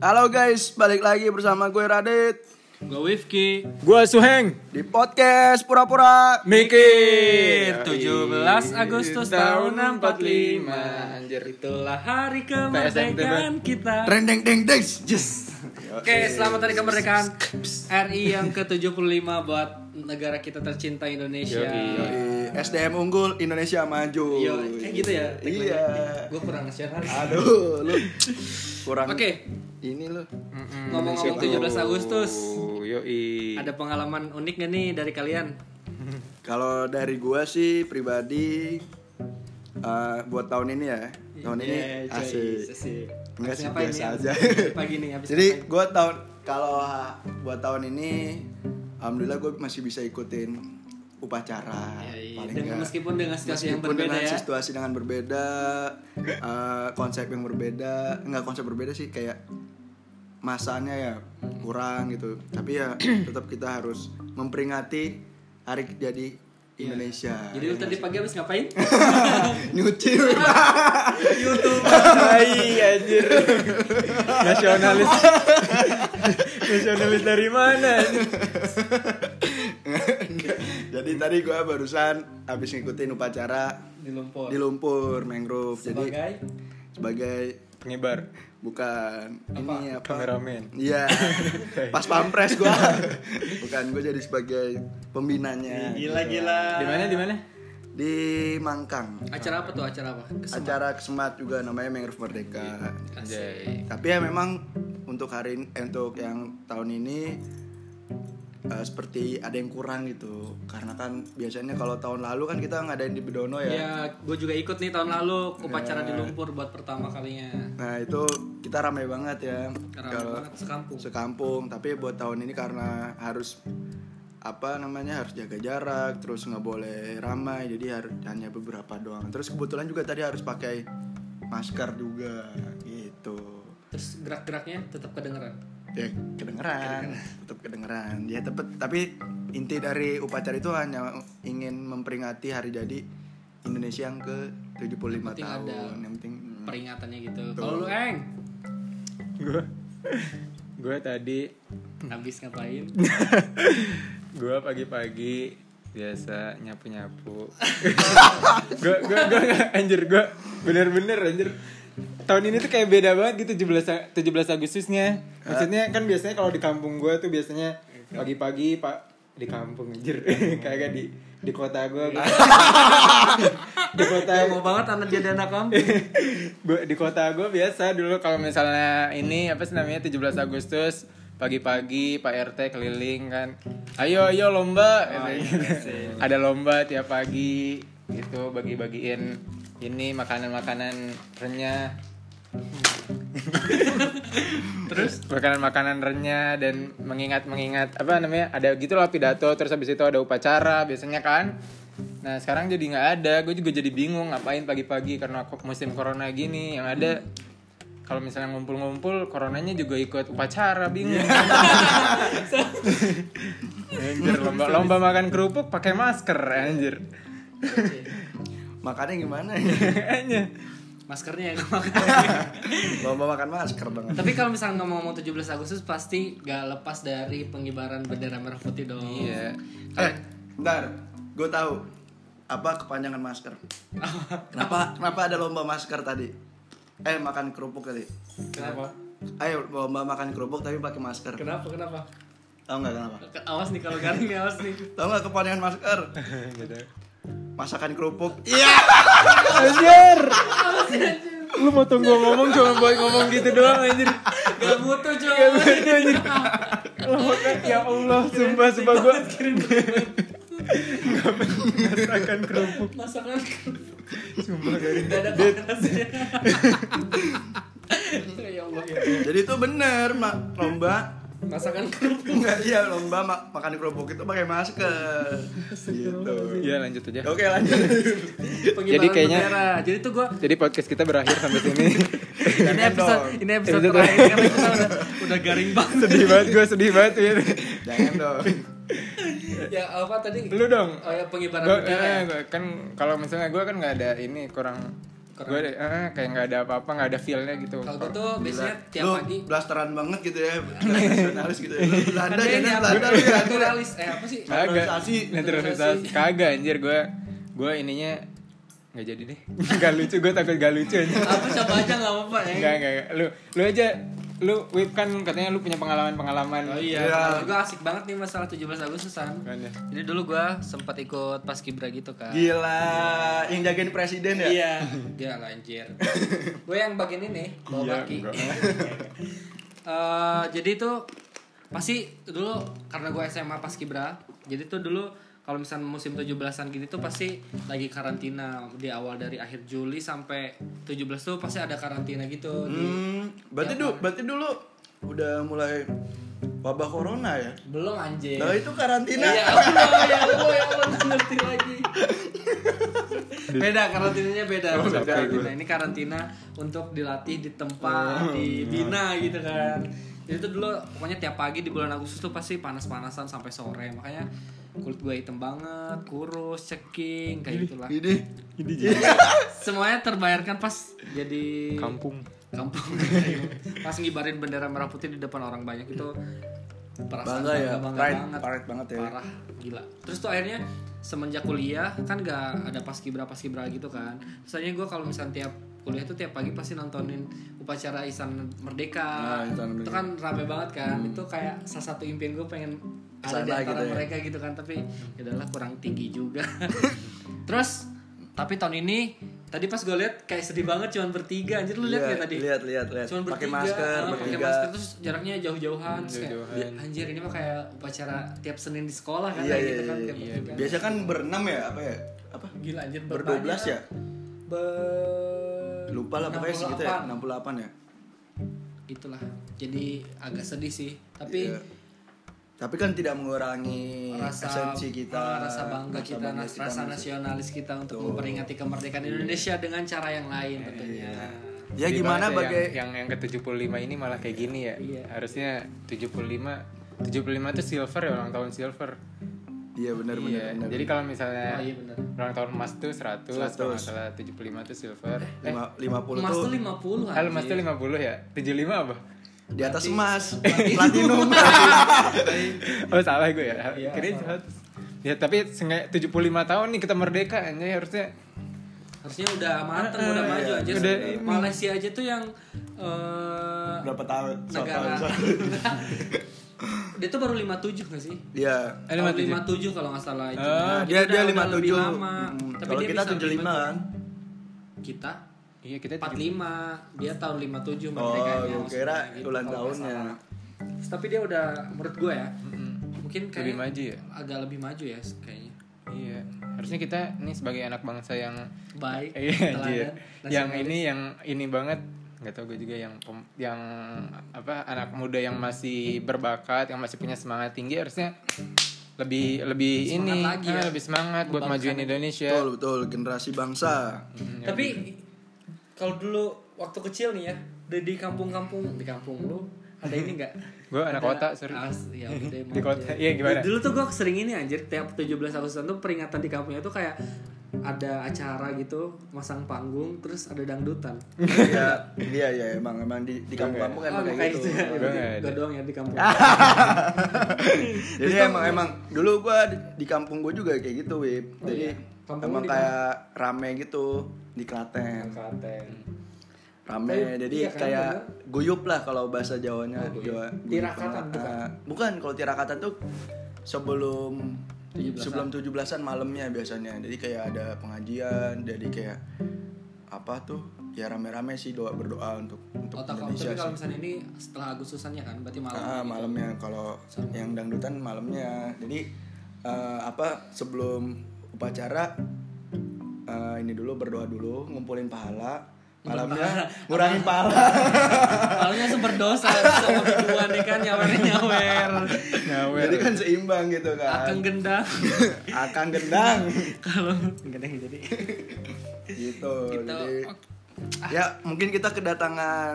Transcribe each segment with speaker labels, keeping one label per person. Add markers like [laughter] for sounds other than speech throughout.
Speaker 1: Halo guys, balik lagi bersama gue Radit
Speaker 2: Gue Wifki
Speaker 3: Gua Suheng,
Speaker 1: di podcast pura-pura.
Speaker 3: mikir.
Speaker 2: 17 Agustus tahun 45
Speaker 3: Anjir.
Speaker 2: Itulah hari kemerdekaan kita
Speaker 1: Trend deng deng deng.
Speaker 2: Yes Oke selamat hari kemerdekaan RI yang ke-75 buat negara kita tercinta Indonesia
Speaker 1: Di SDM unggul Indonesia maju.
Speaker 2: Yo, kayak gitu ya
Speaker 1: Iya.
Speaker 2: Gue kurang nasional
Speaker 1: Aduh, lu kurang.
Speaker 2: Oke
Speaker 1: Ini lu.
Speaker 2: ngomong-ngomong 17 Agustus
Speaker 3: Oh. Yoi.
Speaker 2: Ada pengalaman unik gak nih dari kalian?
Speaker 1: Kalau dari gua sih pribadi eh, buat tahun ini ya. Tahun ini
Speaker 2: Iya, coy,
Speaker 1: asik.
Speaker 2: asik.
Speaker 1: Enggak sih,
Speaker 2: Ngapain
Speaker 1: biasa
Speaker 2: nih?
Speaker 1: aja.
Speaker 2: Pagi nih habis
Speaker 1: Jadi gua tahun kalau ha, buat tahun ini alhamdulillah gue masih bisa ikutin upacara.
Speaker 2: Ya, iya.
Speaker 1: Paling
Speaker 2: Dengan-
Speaker 1: enggak.
Speaker 2: meskipun dengan situasi yang
Speaker 1: Meskipun
Speaker 2: berbeda
Speaker 1: dengan
Speaker 2: ya.
Speaker 1: situasi dengan berbeda eh, konsep yang berbeda nggak konsep berbeda sih kayak masanya ya kurang gitu tapi
Speaker 2: [clears throat]
Speaker 1: ya tetap kita harus memperingati hari jadi Indonesia
Speaker 2: Iya.
Speaker 1: Ah,
Speaker 2: Jadi lu tadi pagi habis
Speaker 1: [laughs]
Speaker 2: ngapain?
Speaker 1: nyuci
Speaker 2: [laughs] YouTube.
Speaker 3: Hai,
Speaker 1: Iya,
Speaker 3: anjir.
Speaker 2: [laughs]
Speaker 3: Nasionalis. Nasionalis dari mana? anjir?
Speaker 1: jadi tadi gue barusan habis ngikutin upacara
Speaker 2: Di Lumpur.
Speaker 1: di lumpur mangrove jadi
Speaker 2: Sebagai
Speaker 1: sebagai
Speaker 3: Pengibar.
Speaker 1: bukan ini apa
Speaker 3: Kameramen.
Speaker 1: Iya, pas pampres gua. [laughs] Bukan gue jadi sebagai pembinanya
Speaker 2: gila-gila.
Speaker 3: Di mana? Di mana?
Speaker 1: di Mangkang.
Speaker 2: Acara apa tuh? Acara apa? Kes-
Speaker 1: Acara kesemat juga namanya Mangrove Merdeka.
Speaker 2: Asik.
Speaker 1: Tapi ya memang untuk hari ini- eh, untuk yang tahun ini eh, seperti ada yang kurang gitu karena kan biasanya kalau tahun lalu kan kita ngadain di Bedono ya.
Speaker 2: Ya, gue juga ikut nih tahun lalu upacara
Speaker 1: Iya.
Speaker 2: di Lumpur buat pertama kalinya.
Speaker 1: Nah itu kita ramai banget ya.
Speaker 2: Karena
Speaker 1: Kalau-
Speaker 2: banget sekampung.
Speaker 1: sekampung tapi buat tahun ini karena harus apa namanya harus jaga jarak terus nggak boleh ramai jadi harus hanya beberapa doang terus kebetulan juga tadi harus pakai masker juga gitu
Speaker 2: Terus gerak-geraknya tetap kedengeran.
Speaker 1: ya kedengeran tetap kedengeran ya tepet tapi inti dari upacara itu hanya ingin memperingati hari jadi Indonesia yang ke 75
Speaker 2: penting
Speaker 1: tahun
Speaker 2: ada
Speaker 1: yang penting hmm.
Speaker 2: Peringatannya gitu. Kalau lu eng,
Speaker 3: Gua Gua tadi
Speaker 1: Hmm.
Speaker 2: habis
Speaker 1: [laughs]
Speaker 2: ngapain?
Speaker 3: gua pagi-pagi biasa nyapu-nyapu. gua gua gua anjir gua bener-bener anjir. Tahun ini tuh kayak beda banget gitu 17 17 Agustusnya. Maksudnya kan biasanya kalau di kampung gua tuh biasanya pagi-pagi Pak di kampung anjir. [laughs] Kagak di di kota gua. gua- di kota
Speaker 2: Gak mau banget anak jadi anak kampung.
Speaker 3: [laughs] gua di kota gue biasa dulu kalau misalnya ini apa sih namanya 17 Agustus pagi-pagi Pak RT keliling kan ayo ayo lomba Gitu. [laughs] ada lomba tiap pagi gitu bagi-bagiin ini makanan-makanan renyah terus makanan-makanan renyah dan mengingat-mengingat apa namanya ada gitulah pidato terus habis itu ada upacara biasanya kan nah sekarang jadi nggak ada gue juga jadi bingung ngapain pagi-pagi karena ko- musim corona gini yang ada kalau misalnya ngumpul-ngumpul coronanya juga ikut upacara bingung Iya. [laughs] anjir lomba lomba makan kerupuk pakai masker anjir
Speaker 1: makannya gimana ya
Speaker 3: kayaknya
Speaker 2: Maskernya yang kemakan.
Speaker 1: lomba makan masker dong
Speaker 2: Tapi kalau misalnya ngomong-ngomong 17 Agustus pasti gak lepas dari pengibaran bendera merah putih dong.
Speaker 3: iya
Speaker 1: Eh, bentar. Gue tahu apa kepanjangan masker. kenapa? Kenapa ada lomba masker tadi? Eh, makan kerupuk tadi.
Speaker 2: Kenapa?
Speaker 1: Ayo lomba makan kerupuk tapi pakai masker.
Speaker 2: Kenapa? Kenapa?
Speaker 1: Tahu nggak kenapa?
Speaker 2: Ke- Awas nih kalau garing nih, awas nih.
Speaker 1: Tahu nggak kepanjangan masker?
Speaker 3: gitu
Speaker 1: Masakan kerupuk. Iya.
Speaker 3: anjir lu mau tunggu ngomong cuma buat ngomong gitu doang anjir
Speaker 2: Gak butuh coy.
Speaker 3: ya Allah, sumpah sumpah gue masakan kerupuk.
Speaker 2: Masakan
Speaker 3: Sumpah garing.
Speaker 2: gak ada panasnya. [laughs] ya Allah ya.
Speaker 1: Jadi itu bener, Mak. Lomba
Speaker 2: Masakan kerupuk.
Speaker 1: Enggak, iya lomba mak- makan kerupuk itu pakai masker. gitu.
Speaker 3: Iya lanjut aja.
Speaker 1: Oke, lanjut.
Speaker 2: Pengibaran
Speaker 3: Jadi kayaknya-
Speaker 2: bendera. Jadi tuh gua
Speaker 3: Jadi podcast kita berakhir sampai sini. [laughs]
Speaker 2: ini episode
Speaker 1: dong.
Speaker 2: ini episode
Speaker 3: Episode
Speaker 2: terakhir karena kita udah, udah garing
Speaker 3: [laughs]
Speaker 2: banget.
Speaker 3: sedih banget gue, sedih banget. ya.
Speaker 1: Jangan dong.
Speaker 2: Ya apa tadi?
Speaker 3: Lu eh, dong.
Speaker 2: Oh ya pengibaran
Speaker 3: Gua,
Speaker 2: bendera.
Speaker 3: eh, gua- kan kalau misalnya gue kan nggak ada ini kurang gue kayak nggak ada apa-apa nggak ada feelnya gitu
Speaker 2: Kalau gue tuh biasanya tiap
Speaker 1: lu
Speaker 2: pagi Kan
Speaker 1: blasteran banget gitu ya [laughs] nasionalis gitu ya Belanda
Speaker 2: Ada
Speaker 1: jangan
Speaker 2: yang
Speaker 1: Belanda lu ya
Speaker 2: naturalis eh apa sih?
Speaker 3: kagak
Speaker 1: Naturalisasi.
Speaker 3: naturalisasi kagak anjir gue gue ininya nggak jadi deh [laughs] nggak lucu gue takut gak lucu anjir
Speaker 2: Apa coba aja nggak apa-apa ya.
Speaker 3: Enggak, enggak, enggak. Lu lu aja lu Wip kan katanya lu punya pengalaman-pengalaman.
Speaker 2: Oh iya,
Speaker 1: Iya.
Speaker 2: gue asik banget nih masalah 17 Agustusan.
Speaker 3: Kan ya.
Speaker 2: Jadi dulu gue sempat ikut paskibra gitu kan.
Speaker 1: gila yang jagain presiden ya
Speaker 2: Iya. Dia lah, anjir. gue yang bagian ini, bawa
Speaker 3: Iya,
Speaker 2: kaki.
Speaker 3: enggak.
Speaker 2: [laughs] Eh, jadi itu pasti dulu karena gue SMA paskibra, jadi tuh dulu kalau misalnya musim 17-an gini tuh pasti lagi karantina di awal dari akhir Juli sampai 17 tuh pasti ada karantina gitu di
Speaker 1: hmm,
Speaker 2: Iya,
Speaker 1: berarti dulu berarti dulu udah mulai wabah corona ya
Speaker 2: belum anjir.
Speaker 1: Nah itu karantina
Speaker 2: Ya Allah, ya Allah, ya Allah, nggak ngerti lagi. beda karantinanya beda.
Speaker 3: Oh,
Speaker 2: Beda
Speaker 3: capek
Speaker 2: karantina ini karantina untuk dilatih di tempat,
Speaker 1: Oh, iya.
Speaker 2: dibina gitu kan. Jadi itu dulu pokoknya tiap pagi di bulan Agustus tuh pasti panas-panasan sampai sore. Makanya kulit gue hitam banget, kurus, ceking kayak gitulah.
Speaker 1: ini
Speaker 3: Ini jadi
Speaker 2: Semuanya terbayarkan pas jadi
Speaker 3: kampung.
Speaker 2: kampung. pas ngibarin bendera merah putih di depan orang banyak itu perasaan
Speaker 1: bangga ya
Speaker 2: bangga
Speaker 1: pride
Speaker 2: banget
Speaker 1: pride banget ya
Speaker 2: parah gila terus tuh akhirnya semenjak kuliah kan gak ada paskibra paskibra gitu kan misalnya gue kalau misalnya tiap kuliah tuh tiap pagi pasti nontonin upacara Isan
Speaker 1: Nah,
Speaker 2: Merdeka
Speaker 1: Ihsan Hmm.
Speaker 2: itu kan rame banget kan itu kayak salah satu impian gue pengen ada di
Speaker 1: Kesana
Speaker 2: antara
Speaker 1: gitu ya.
Speaker 2: mereka gitu kan tapi ya udahlah kurang tinggi
Speaker 1: [laughs]
Speaker 2: juga terus tapi tahun ini tadi pas gue lihat kayak sedih banget cuman bertiga anjir lu lihat
Speaker 1: Iya,
Speaker 2: nggak tadi
Speaker 1: lihat lihat lihat
Speaker 2: cuman
Speaker 1: pakai
Speaker 2: bertiga
Speaker 1: masker
Speaker 2: ah, pakai
Speaker 1: bertiga
Speaker 2: masker terus jaraknya jauh-jauhan terus kayak,
Speaker 3: Jauh-jauhan.
Speaker 2: anjir ini mah kayak upacara tiap Senin di sekolah kan
Speaker 1: Iya,
Speaker 2: kayak
Speaker 1: iya,
Speaker 2: gitu kan
Speaker 1: iya,
Speaker 2: tiap
Speaker 3: iya.
Speaker 2: bertiga.
Speaker 1: biasa kan berenam ya apa ya apa
Speaker 2: gila anjir
Speaker 1: berdua belas
Speaker 2: berbanyak.
Speaker 1: ya
Speaker 2: Ber-
Speaker 1: lupa lah pokoknya segitu ya
Speaker 2: 68.
Speaker 1: 68 ya
Speaker 2: itulah jadi agak sedih sih tapi
Speaker 1: Iya. tapi kan tidak mengurangi
Speaker 2: rasa
Speaker 1: esensi kita
Speaker 2: ah, rasa bangga
Speaker 1: rasa
Speaker 2: kita, nas- rasa nasionalis kita untuk memperingati
Speaker 1: Iya.
Speaker 2: kemerdekaan Indonesia dengan cara yang lain tentunya
Speaker 1: ya
Speaker 3: Jadi
Speaker 1: gimana
Speaker 3: bahasa
Speaker 1: bagai
Speaker 3: yang, yang yang ke-75 ini malah kayak gini ya.
Speaker 2: Iya.
Speaker 3: Harusnya 75 75 tuh silver ya ulang tahun silver.
Speaker 1: iya benar benar
Speaker 3: iya.
Speaker 1: benar
Speaker 3: Jadi kalau misalnya
Speaker 2: oh iya benar
Speaker 3: ulang tahun emas tuh 100,
Speaker 1: 100.
Speaker 3: kalau nggak salah 75 tuh silver. Eh,
Speaker 1: Lima- 50
Speaker 2: emas
Speaker 1: tuh
Speaker 2: tuh 50
Speaker 3: ah, emas tuh
Speaker 2: anjir.
Speaker 3: 50 ya? 75 apa?
Speaker 1: di atas [laughs] emas platinum
Speaker 3: Oh salah gue ya.
Speaker 2: Iya,
Speaker 3: Kirain 100. Ya tapi seenggak- 75 tahun nih kita merdeka anjay harusnya
Speaker 2: harusnya udah mateng
Speaker 1: Iya,
Speaker 2: udah maju aja
Speaker 3: udah
Speaker 2: sih.
Speaker 3: ini.
Speaker 2: Malaysia aja tuh yang eh,
Speaker 1: berapa tahun Satu
Speaker 2: negara
Speaker 1: tahun.
Speaker 2: [laughs] dia tuh baru 57 gak sih
Speaker 1: iya Nah,
Speaker 3: Eh,
Speaker 2: Tahun 57
Speaker 3: 57.
Speaker 2: kalau nggak salah itu Jadi
Speaker 3: Ah,
Speaker 1: Eh, dia
Speaker 2: Eh, udah-
Speaker 1: dia
Speaker 2: udah
Speaker 1: lima
Speaker 2: lebih
Speaker 1: tujuh Hmm,
Speaker 2: lama tapi
Speaker 1: kalau
Speaker 2: dia
Speaker 1: kita
Speaker 2: bisa
Speaker 1: tujuh lima kan
Speaker 2: kita
Speaker 3: Iya kita
Speaker 2: 45 dia tahun 57
Speaker 1: oh
Speaker 2: merdekanya
Speaker 1: gue kira
Speaker 2: maksudnya gitu,
Speaker 1: ulan
Speaker 2: kalau nggak
Speaker 1: tahunnya
Speaker 2: salah. Terus tapi dia udah menurut gue ya mungkin kayak
Speaker 3: lebih maju ya
Speaker 2: agak lebih maju ya kayaknya
Speaker 3: iya harusnya kita nih sebagai anak bangsa yang
Speaker 2: baik
Speaker 3: iya anjir.
Speaker 2: teladan,
Speaker 3: yang
Speaker 2: nasionalis.
Speaker 3: ini yang ini banget nggak tau gue juga yang pem- yang apa anak muda yang masih berbakat yang masih punya semangat tinggi harusnya lebih lebih
Speaker 2: Semangat
Speaker 3: ini
Speaker 2: lagi
Speaker 3: ah,
Speaker 2: ya.
Speaker 3: lebih semangat buat
Speaker 2: Membangkitkan
Speaker 3: majuin Indonesia
Speaker 1: betul betul generasi [laughs] bangsa
Speaker 2: Tapi kalau dulu waktu kecil nih ya, di, di kampung-kampung, di kampung lu ada ini enggak?
Speaker 1: [laughs]
Speaker 3: gue anak kota
Speaker 2: [laughs]
Speaker 3: sorry
Speaker 2: ya, udah,
Speaker 3: di
Speaker 2: maaf
Speaker 3: kota
Speaker 2: ya.
Speaker 3: iya gimana
Speaker 2: Dulu tuh gue sering ini anjir tiap 17 Agustusan tuh peringatan di kampungnya tuh kayak ada acara gitu, masang panggung terus ada dangdutan.
Speaker 1: iya iya iya emang emang di di kampung-kampung
Speaker 2: Oh,
Speaker 1: emang kayak gitu
Speaker 2: ya.
Speaker 3: Gua nggak ada.
Speaker 2: Gua doang ya di kampung.
Speaker 1: [laughs] Jadi emang emang dulu gua di, di kampung gua juga kayak gitu, Wip. Jadi
Speaker 2: iya. Kampung
Speaker 1: emang
Speaker 2: lu di
Speaker 1: kayak rame gitu di Klaten.
Speaker 2: Katen.
Speaker 1: Rame.
Speaker 2: Tapi
Speaker 1: jadi
Speaker 2: iya kan, Oh,
Speaker 1: kayak guyup lah kalau bahasa Jawanya. Jawa, guyup.
Speaker 2: Tirakatan,
Speaker 1: Ah, bukan kalau tirakatan tuh sebelum
Speaker 2: 17-an.
Speaker 1: sebelum 17-an malamnya biasanya. Jadi kayak ada pengajian, jadi kayak apa tuh? Ya rame-rame sih doa berdoa untuk untuk
Speaker 2: Otak
Speaker 1: Indonesia.
Speaker 2: tapi kalau
Speaker 1: sih.
Speaker 2: misalnya ini setelah Agustusannya kan, berarti malam.
Speaker 1: Ah,
Speaker 2: gitu.
Speaker 1: malamnya kalau yang dangdutan malamnya. Jadi eh, apa sebelum upacara eh, ini dulu berdoa dulu, ngumpulin pahala. Malamnya ngurangin pahala.
Speaker 2: Malamnya sumber
Speaker 1: [laughs]
Speaker 2: dosa, sama berdua nih kan nyawer-nyawer.
Speaker 3: nyawer
Speaker 1: Jadi kan seimbang gitu kan.
Speaker 2: Akang
Speaker 1: [laughs]
Speaker 2: gendang.
Speaker 1: Akan gendang
Speaker 2: kalau nggak deh jadi
Speaker 1: gitu. Jadi
Speaker 2: Ah.
Speaker 1: ya mungkin kita kedatangan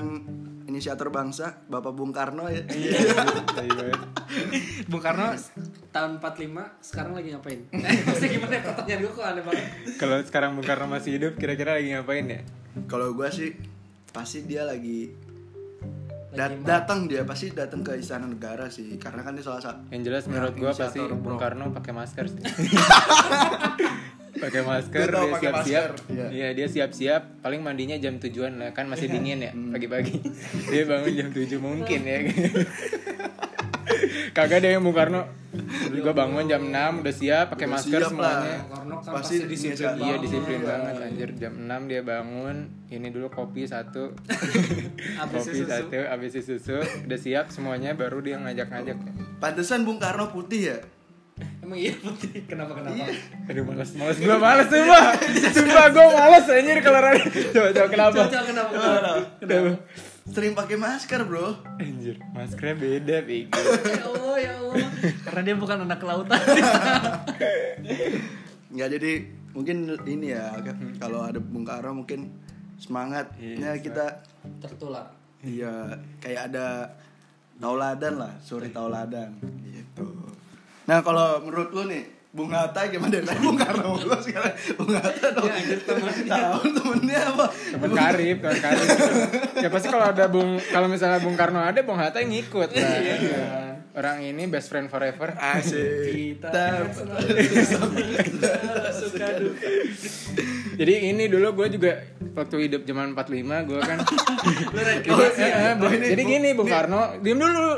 Speaker 1: inisiator bangsa Bapak Bung Karno ya.
Speaker 2: Iya.
Speaker 3: Tai banget.
Speaker 2: Bung Karno tahun 45 sekarang lagi [laughs] ngapain? Eh, Maksudnya gimana ya pertanyaan gue kok aneh banget
Speaker 3: kalau sekarang Bung Karno masih hidup kira-kira lagi ngapain ya
Speaker 1: [laughs] Kalau gua sih pasti dia lagi dat-
Speaker 2: Lagi
Speaker 1: datang dia pasti datang ke istana negara sih karena kan dia salah satu
Speaker 3: Yang jelas menurut gua
Speaker 1: inisiator,
Speaker 3: pasti
Speaker 1: bro.
Speaker 3: Bung Karno pakai masker
Speaker 1: [laughs]
Speaker 3: sih. pakai masker,
Speaker 1: Gua tahu
Speaker 3: dia
Speaker 1: pakai
Speaker 3: siap-siap.
Speaker 1: masker, iya.
Speaker 3: Iya, dia siap-siap. Paling mandinya jam tujuan lah, kan masih dingin ya
Speaker 1: Hmm.
Speaker 3: pagi-pagi. [laughs] dia bangun jam 7 mungkin
Speaker 1: [laughs]
Speaker 3: ya. Kagak ada yang Bung Karno. Gua bangun jam 6 udah siap, pakai
Speaker 1: Iya, Udah
Speaker 3: masker
Speaker 1: siap lah.
Speaker 3: semuanya.
Speaker 2: Karena kan
Speaker 1: Pasti
Speaker 2: pasti, disiplin
Speaker 1: dia-
Speaker 3: Iya
Speaker 2: banget.
Speaker 3: disiplin banget anjir jam 6 dia bangun ini dulu kopi
Speaker 1: [laughs]
Speaker 3: satu
Speaker 2: Abis susu.
Speaker 3: kopi satu abis itu susu udah siap semuanya baru dia ngajak-ngajak
Speaker 1: Pantesan Bung Karno putih ya.
Speaker 2: Emang iya putih. Kenapa kenapa?
Speaker 3: Aduh males males gue males sumpah Sumpah gue males anjir kalau Rani Coba coba kenapa
Speaker 2: Coba kenapa kenapa?
Speaker 3: Kenapa
Speaker 1: Sering pakai masker, Bro.
Speaker 3: Anjir maskernya beda Bego
Speaker 2: ya Allah ya Allah. Karena dia bukan anak kelautan.
Speaker 1: Nggak jadi mungkin ini ya ke- kalau ada Bung Karno mungkin semangatnya kita
Speaker 2: Tertular.
Speaker 1: iya kayak ada tauladan lah, suri tauladan gitu. Nah, kalau menurut lu nih Bung Hatta gimana dari tadi Bung Karno lu sekarang Bung Hatta dong. Tahu temennya apa?
Speaker 3: Temen karib temen karib Ya pasti kalau ada Bung Kalau misalnya Bung Karno ada Bung Hatta yang ngikut lah
Speaker 2: Iya.
Speaker 3: Orang ini best friend forever
Speaker 1: Asik.
Speaker 2: Kita
Speaker 1: Tap.
Speaker 2: suka duka.
Speaker 3: Jadi ini dulu gue juga Waktu hidup zaman 45 gue kan
Speaker 2: Lu Ren,
Speaker 3: Eh, eh,
Speaker 1: Oh,
Speaker 3: Bung-
Speaker 1: ini Bung- Oh,
Speaker 3: jadi
Speaker 1: iya,
Speaker 3: gini Bung Karno, diem dulu.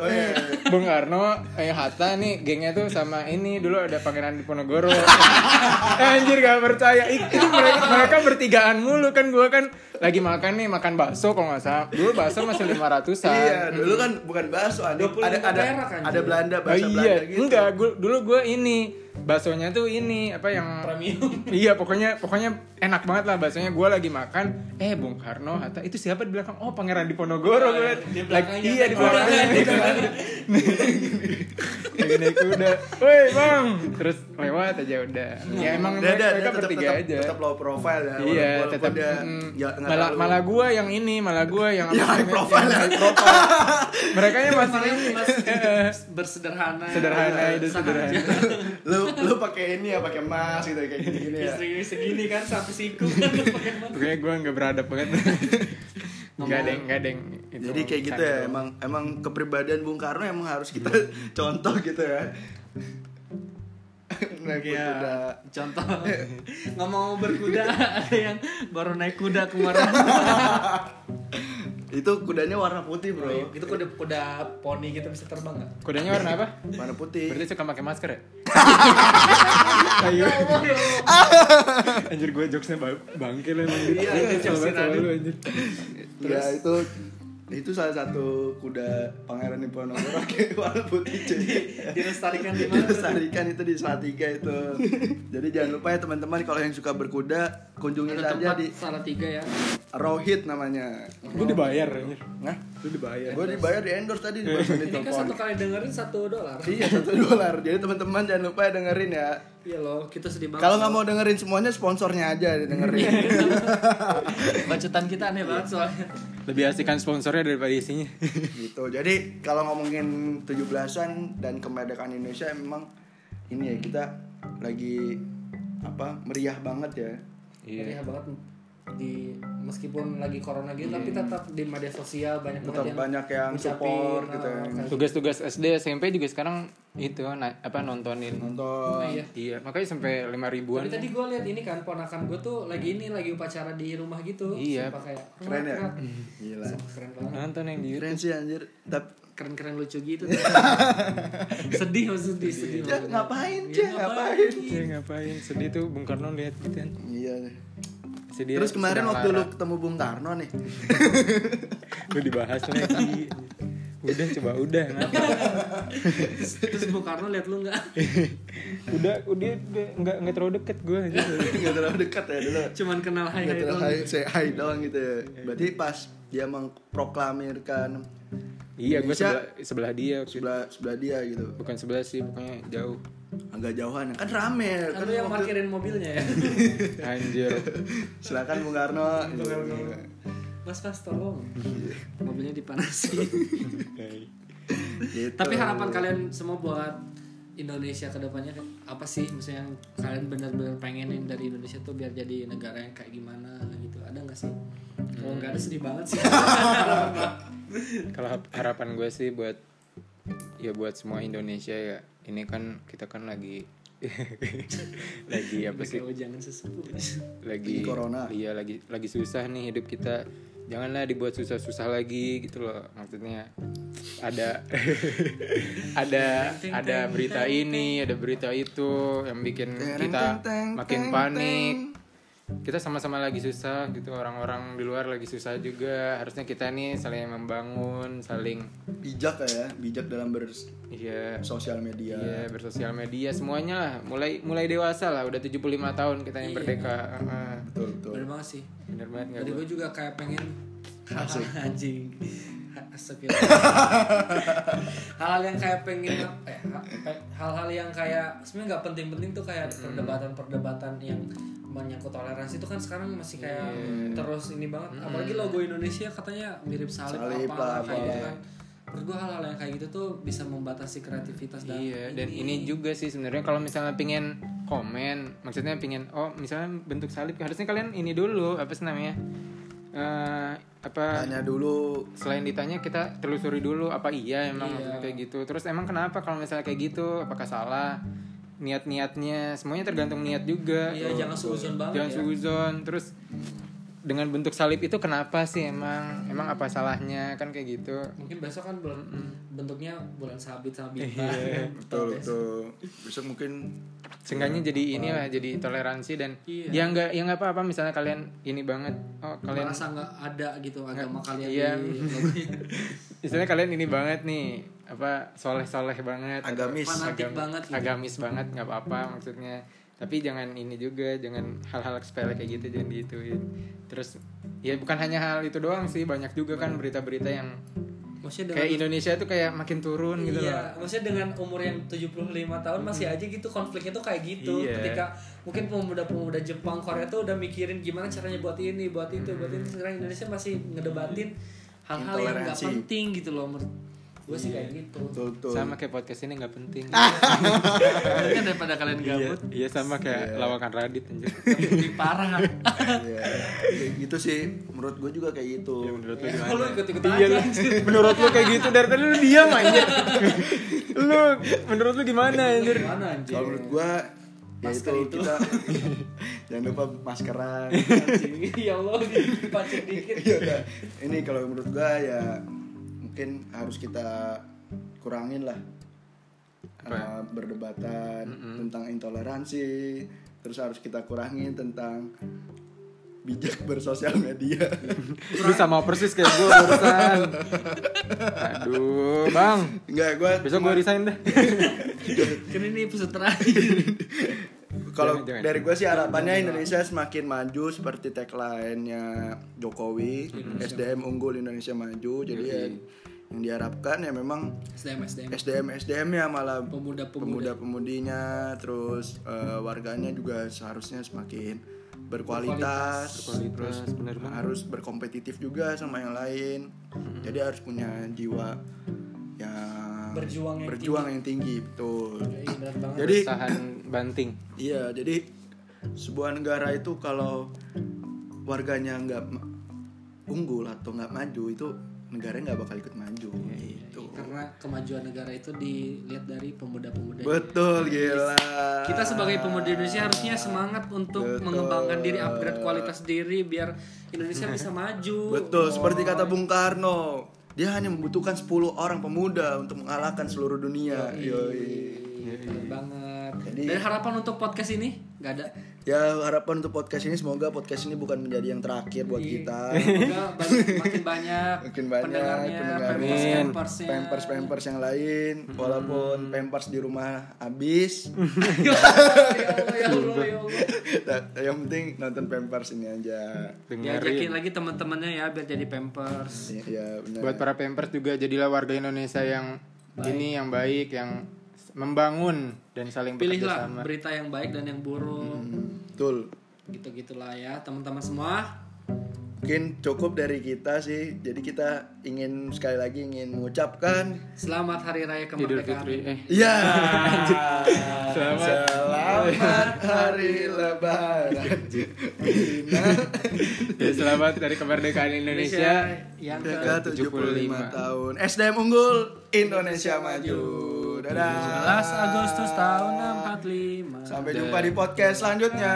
Speaker 3: Bung Karno, eh Hatta nih gengnya tuh sama ini dulu ada
Speaker 1: [laughs]
Speaker 3: Pangeran Diponegoro. Eh, Anjir gak percaya. Ih, Itu mereka, mereka bertigaan mulu kan gua kan lagi makan nih makan bakso kalau nggak salah. Dulu bakso masih 500-an.
Speaker 1: Iya, dulu kan bukan bakso, ada
Speaker 2: 25
Speaker 1: ada ada,
Speaker 2: perak, anjir.
Speaker 1: ada Belanda
Speaker 3: Oh
Speaker 1: bahasa Belanda
Speaker 3: iya,
Speaker 1: gitu.
Speaker 3: enggak, gua- dulu gue ini baksonya tuh ini apa yang
Speaker 2: Premium.
Speaker 3: Iya pokoknya pokoknya enak banget lah bahasanya gue lagi makan eh Bung Karno Hatta itu siapa di belakang oh Pangeran Diponegoro gue liat
Speaker 2: Di
Speaker 3: Like,
Speaker 2: belakangnya.
Speaker 3: iya di
Speaker 2: Oh,
Speaker 3: belakangnya
Speaker 2: di
Speaker 3: Lagi naik kuda woi bang terus lewat aja udah ya emang
Speaker 1: Dia-
Speaker 3: mereka,
Speaker 1: dia-
Speaker 3: mereka
Speaker 1: dia tetap,
Speaker 3: bertiga
Speaker 1: tetap,
Speaker 3: aja
Speaker 1: tetap low profile ya.
Speaker 3: iya
Speaker 1: walaupun-
Speaker 3: tetap
Speaker 1: walaupun dia
Speaker 3: mm,
Speaker 1: ya, nggak
Speaker 3: malah
Speaker 1: terlalu-
Speaker 3: malah gue yang ini malah gue yang
Speaker 1: [laughs] Ya, high
Speaker 3: [laughs] yang-
Speaker 1: profile
Speaker 3: yang
Speaker 1: ya. [laughs]
Speaker 3: high profile. mereka yang masih
Speaker 2: Paling
Speaker 3: ini
Speaker 2: mas bersederhana.
Speaker 3: [laughs] sederhana itu
Speaker 2: Sah
Speaker 3: sederhana
Speaker 2: aja.
Speaker 1: lu lu pakai ini ya, pakai emas gitu kayak gini-gini ya.
Speaker 2: Istri segini kan sampai siku kan pakai mas.
Speaker 3: Pokoknya gue gak beradab [laughs] banget Gak deng, gak deng Itu
Speaker 1: Jadi kayak gitu ya, emang emang kepribadian Bung Karno emang harus kita
Speaker 3: Iya.
Speaker 1: [laughs] contoh gitu
Speaker 3: [laughs]
Speaker 1: ya. Naik
Speaker 2: Iya.
Speaker 1: kuda.
Speaker 2: [laughs] Contoh nggak mau berkuda ada yang baru naik kuda kemarin.
Speaker 1: Itu kudanya warna putih,
Speaker 3: Oh, iya.
Speaker 1: Bro.
Speaker 2: itu kuda kuda poni gitu bisa terbang nggak?
Speaker 3: Kudanya warna apa?
Speaker 1: Warna putih.
Speaker 3: Berarti suka pakai masker ya?
Speaker 1: [laughs]
Speaker 3: Ayo. anjir gue jokesnya ba- bangke lah emang
Speaker 2: Iya, itu jokesnya
Speaker 3: Sobat-sobat
Speaker 2: Nadif.
Speaker 3: lu, anjir.
Speaker 1: Ya itu itu salah satu kuda Pangeran Diponegoro [laughs] kayak warna putih cuy.
Speaker 2: Dilestarikan di mana?
Speaker 1: Dilestarikan Gitu. itu di Salatiga itu. Jadi jangan lupa ya teman-teman kalau yang suka berkuda kunjungi
Speaker 2: Ada
Speaker 1: saja
Speaker 2: tempat
Speaker 1: di
Speaker 2: salah tiga ya.
Speaker 1: Rohit namanya.
Speaker 3: Lu dibayar anjir
Speaker 1: Nah,
Speaker 3: Lu dibayar
Speaker 1: gue dibayar di endorse tadi di barusan di
Speaker 2: Ini kan
Speaker 1: telepon.
Speaker 2: satu kali dengerin satu dolar.
Speaker 1: Iya satu dolar. Jadi teman-teman jangan lupa ya dengerin ya.
Speaker 2: Iya loh, kita sedih banget.
Speaker 1: Kalau nggak mau dengerin semuanya sponsornya aja ya
Speaker 2: [laughs]
Speaker 1: dengerin.
Speaker 2: bacotan kita aneh banget soalnya.
Speaker 3: Lebih asikan sponsornya daripada isinya [laughs]
Speaker 1: gitu. Jadi kalau ngomongin 17-an dan kemerdekaan Indonesia memang ini ya kita lagi apa meriah banget ya.
Speaker 2: Meriah banget di meskipun lagi corona gitu tapi tetap di media sosial banyak
Speaker 1: Iya. Tetap
Speaker 2: banget yang
Speaker 1: banyak yang
Speaker 2: ngucapin,
Speaker 1: support
Speaker 2: eh,
Speaker 1: gitu ya.
Speaker 2: kayak
Speaker 3: Tugas-tugas SD, SMP juga sekarang itu na- apa nontonin
Speaker 1: Nonton
Speaker 2: Iya.
Speaker 3: Iya, makanya sampai 5 ribuan
Speaker 2: Tapi tadi gue lihat ini kan ponakan gue tuh lagi ini lagi upacara di rumah gitu.
Speaker 3: Iya.
Speaker 2: Sumpah kayak
Speaker 1: keren ya. [laughs]
Speaker 2: "Ngak,
Speaker 1: Gila.
Speaker 2: ngak." Sumpah Keren banget.
Speaker 3: Nonton yang di Youtube
Speaker 1: Keren sih anjir. Tapi
Speaker 2: Keren-keren lucu gitu. [laughs] sedih maksudnya sedih. sedih
Speaker 1: Ja,
Speaker 2: maksudnya.
Speaker 1: Iya. Ya, ngapain
Speaker 2: Iya,
Speaker 1: Ja, ngapain?
Speaker 3: Iya ngapain, sedih tuh Bung Karno lihat gitu kan
Speaker 1: Iya.
Speaker 3: Sedih
Speaker 1: Terus kemarin
Speaker 3: sedang
Speaker 1: waktu lu
Speaker 3: lara.
Speaker 1: ketemu Bung Karno nih, [laughs]
Speaker 3: lu dibahas lagi udah coba udah kenapa?
Speaker 2: Terus- Terus Bung Karno lihat lu nggak?
Speaker 3: udah udah udah nggak nggak terlalu deket gue
Speaker 1: nggak terlalu dekat ya dulu.
Speaker 2: [laughs] Cuman kenal hai
Speaker 1: Nggak
Speaker 2: hai
Speaker 1: terlalu
Speaker 2: doang.
Speaker 1: hai, say hi doang gitu. ya. Berarti pas dia memproklamirkan
Speaker 3: iya gue
Speaker 1: Indonesia
Speaker 3: sebelah sebelah dia waktu itu.
Speaker 1: sebelah sebelah dia gitu,
Speaker 3: bukan sebelah sih pokoknya jauh
Speaker 1: agak jauhan. Kan rame,
Speaker 2: Kan
Speaker 1: kan
Speaker 2: lu yang
Speaker 1: waktu-
Speaker 2: parkirin mobilnya
Speaker 1: [laughs]
Speaker 2: ya.
Speaker 3: anjir
Speaker 1: silakan Bung Karno. gitu.
Speaker 2: Mas Mas tolong.
Speaker 1: Iya.
Speaker 2: Mobilnya dipanasin.
Speaker 1: Gitu.
Speaker 2: Tapi harapan kalian semua buat Indonesia kedepannya apa sih misalnya yang kalian benar-benar pengenin dari Indonesia tuh biar jadi negara yang kayak gimana gitu ada nggak sih?
Speaker 4: Kalau nggak ada sedih banget sih.
Speaker 3: Kalau hap- harapan gue sih buat ya buat semua Indonesia ya. Ini kan kita kan lagi [laughs] lagi apa sih?
Speaker 4: Kalau jangan sesepuh.
Speaker 3: Lagi
Speaker 1: Lagi corona.
Speaker 3: Iya lagi lagi susah nih hidup kita. Janganlah dibuat susah-susah lagi gitu loh. Maksudnya ada ada ada berita ini, ada berita itu yang bikin kita makin panik. Kita sama-sama lagi susah gitu orang-orang di luar lagi susah juga. Harusnya kita nih saling membangun, saling
Speaker 1: bijak ya bijak dalam
Speaker 3: Iya.
Speaker 1: bersosial media
Speaker 3: Iya, bersosial media semuanya lah. Mulai mulai dewasa lah, udah 75 tahun kita yang merdeka. Heeh.
Speaker 1: betul betul
Speaker 2: Bener banget sih.
Speaker 3: Bener banget nggak,
Speaker 2: Tadi
Speaker 3: Bu?
Speaker 2: gue juga kayak pengen hal [laughs] anjing.
Speaker 3: [laughs]
Speaker 2: Astagfirullah. Hal-hal yang kayak pengen apa ya, ha- pe- hal-hal yang kayak sebenarnya nggak penting-penting tuh kayak
Speaker 3: Hmm.
Speaker 2: perdebatan-perdebatan yang menyangkut toleransi itu kan sekarang masih kayak
Speaker 3: Iya.
Speaker 2: terus ini banget.
Speaker 3: Hmm.
Speaker 2: Apalagi logo Indonesia katanya mirip salib,
Speaker 1: Salib lah,
Speaker 2: apa, kayak gitu
Speaker 1: apa.
Speaker 2: kan. Menurut gue hal-hal yang kayak gitu tuh bisa membatasi kreativitas dan
Speaker 3: Iya, dan ini juga sih sebenarnya kalau misalnya pingin komen, maksudnya pingin oh misalnya bentuk salib harusnya kalian ini dulu apa sih namanya? Eh, apa
Speaker 1: tanya dulu
Speaker 3: selain ditanya kita telusuri dulu apa iya emang maksudnya kayak gitu terus emang kenapa kalau misalnya kayak gitu apakah salah niat-niatnya semuanya tergantung niat juga
Speaker 2: Iya, jangan suuzon banget
Speaker 3: jangan
Speaker 2: ya.
Speaker 3: suuzon terus dengan bentuk salib itu kenapa sih emang emang apa salahnya kan kayak gitu
Speaker 2: mungkin besok kan bulan bentuknya bulan sabit sama
Speaker 3: Iya,
Speaker 2: bintang.
Speaker 1: betul betul besok mungkin
Speaker 3: seenggaknya jadi inilah jadi toleransi dan
Speaker 2: Iya.
Speaker 3: ya nggak ya nggak apa-apa misalnya kalian ini banget oh kalian
Speaker 2: merasa nggak ada gitu agama kalian
Speaker 3: iya.
Speaker 2: di
Speaker 3: misalnya kalian ini banget nih apa soleh soleh banget atau-
Speaker 1: agamis
Speaker 2: fanatik
Speaker 3: Agam-
Speaker 2: banget gitu.
Speaker 3: agamis banget nggak apa-apa maksudnya tapi jangan ini juga jangan hal-hal sepele kayak gitu jangan gituin terus ya bukan hanya hal itu doang sih banyak juga
Speaker 2: Iya.
Speaker 3: kan berita-berita yang
Speaker 2: maksudnya dengan
Speaker 3: [laughs] kayak Indonesia tuh kayak makin turun gitu
Speaker 2: iya,
Speaker 3: loh
Speaker 2: maksudnya dengan umur yang 75 tahun masih aja gitu konfliknya tuh kayak gitu.
Speaker 3: Iya.
Speaker 2: Ketika mungkin pemuda-pemuda Jepang Korea tuh udah mikirin gimana caranya buat ini, buat itu, buat ini. Sekarang Indonesia masih ngedebatin hal-hal yang nggak
Speaker 1: Intoleransi.
Speaker 2: penting gitu loh menurut gue sih kayak gitu.
Speaker 1: betul betul
Speaker 3: sama kayak podcast ini nggak penting
Speaker 2: Ah. Mendingan daripada kalian
Speaker 3: iya,
Speaker 2: [laughs] gabut
Speaker 3: iya sama kayak lawakan Radit
Speaker 2: [laughs]
Speaker 3: anjir
Speaker 2: lebih parah.
Speaker 1: Iya. Kayak gitu sih menurut gue juga kayak gitu
Speaker 3: menurut lu
Speaker 2: Ya, lu ikut-ikut
Speaker 3: Iya,
Speaker 2: aja.
Speaker 3: lu- [laughs] menurut lu kayak gitu dari tadi lu diam anjir lu menurut lu gimana anjir
Speaker 2: Gimana anjir?
Speaker 1: kalau menurut gue ya itu, kita [laughs] jangan lupa maskeran [laughs]
Speaker 2: Anjing, [laughs] ya Allah dipancing dikit.
Speaker 1: Iya, udah. ini kalau menurut gue ya mungkin harus kita kurangin lah Uh, berdebatan tentang intoleransi terus harus kita kurangin tentang bijak bersosial media [laughs]
Speaker 3: Lu sama persis kayak gue barusan Aduh bang
Speaker 1: Enggak, gue
Speaker 3: Besok gue resign deh
Speaker 2: Kan ini episode terakhir.
Speaker 3: Iya.
Speaker 1: Kalau
Speaker 3: Jangan, jangan.
Speaker 1: dari gue sih harapannya Indonesia semakin maju seperti tagline-nya Jokowi, SDM unggul Indonesia maju. Jadi ya, yang diharapkan ya memang
Speaker 2: SDM SDM.
Speaker 1: SDM SDM ya malah
Speaker 2: Pemuda-pemuda.
Speaker 1: pemuda-pemudinya terus eh, warganya juga seharusnya semakin berkualitas,
Speaker 3: Berkualitas,
Speaker 1: terus
Speaker 3: benar banget.
Speaker 1: harus berkompetitif juga sama yang lain. Jadi harus punya jiwa yang
Speaker 2: Berjuang yang
Speaker 1: berjuang yang tinggi, betul.
Speaker 2: Iya, berat banget.
Speaker 1: Jadi
Speaker 3: Tahan banting
Speaker 1: Iya, jadi sebuah negara itu kalau warganya nggak ma- unggul atau nggak maju itu negaranya nggak bakal ikut maju.
Speaker 2: Iya,
Speaker 1: gitu.
Speaker 2: Karena kemajuan negara itu dilihat dari pemuda-pemuda.
Speaker 1: Betul gila.
Speaker 2: iya. Kita sebagai pemuda Indonesia harusnya semangat untuk mengembangkan diri, upgrade kualitas diri biar
Speaker 1: [laughs]
Speaker 2: Indonesia bisa maju.
Speaker 1: Betul, seperti kata Bung Karno, dia hanya membutuhkan 10 orang pemuda untuk mengalahkan seluruh dunia. Yoi.
Speaker 2: Bener Iya, banget.
Speaker 1: Jadi-
Speaker 2: Dan harapan untuk podcast ini nggak ada.
Speaker 1: Ya harapan untuk podcast ini semoga podcast ini bukan menjadi yang terakhir buat
Speaker 2: Iya.
Speaker 1: kita.
Speaker 2: Semoga
Speaker 1: [laughs]
Speaker 2: banyak, makin banyak,
Speaker 1: Makin banyak
Speaker 2: pendengarnya,
Speaker 1: pendengarnya,
Speaker 2: pampers-pampersnya.
Speaker 1: pampers pampers yang lain walaupun pampers di rumah habis
Speaker 2: ya Allah, ya Allah, ya Allah.
Speaker 1: Nah, yang penting nonton pampers ini aja
Speaker 2: Diajakin
Speaker 3: Dengerin
Speaker 2: lagi teman-temannya ya biar jadi pampers.
Speaker 1: ya benar
Speaker 3: Buat para pampers juga jadilah warga Indonesia yang Ini yang baik Yang s- membangun Dan saling bekerja
Speaker 2: Pilihlah
Speaker 3: sama
Speaker 2: berita
Speaker 1: Mm-hmm.
Speaker 2: yang baik dan yang buruk.
Speaker 1: Hmm, betul
Speaker 2: Gitu-gitulah ya, teman-teman semua.
Speaker 1: mungkin cukup dari kita sih jadi kita ingin sekali lagi ingin mengucapkan
Speaker 2: Selamat Hari Raya
Speaker 3: Idul
Speaker 2: Kemerdekaan.
Speaker 3: Fitri. Eh,
Speaker 1: ya
Speaker 3: selamat.
Speaker 1: selamat hari lebaran
Speaker 3: Ya, selamat dari kemerdekaan Indonesia.
Speaker 2: yang ke
Speaker 1: Merdeka 75 tahun SDM unggul Indonesia maju dadah
Speaker 2: 11 Agustus tahun 45.
Speaker 3: [laughs]
Speaker 1: sampai jumpa di podcast selanjutnya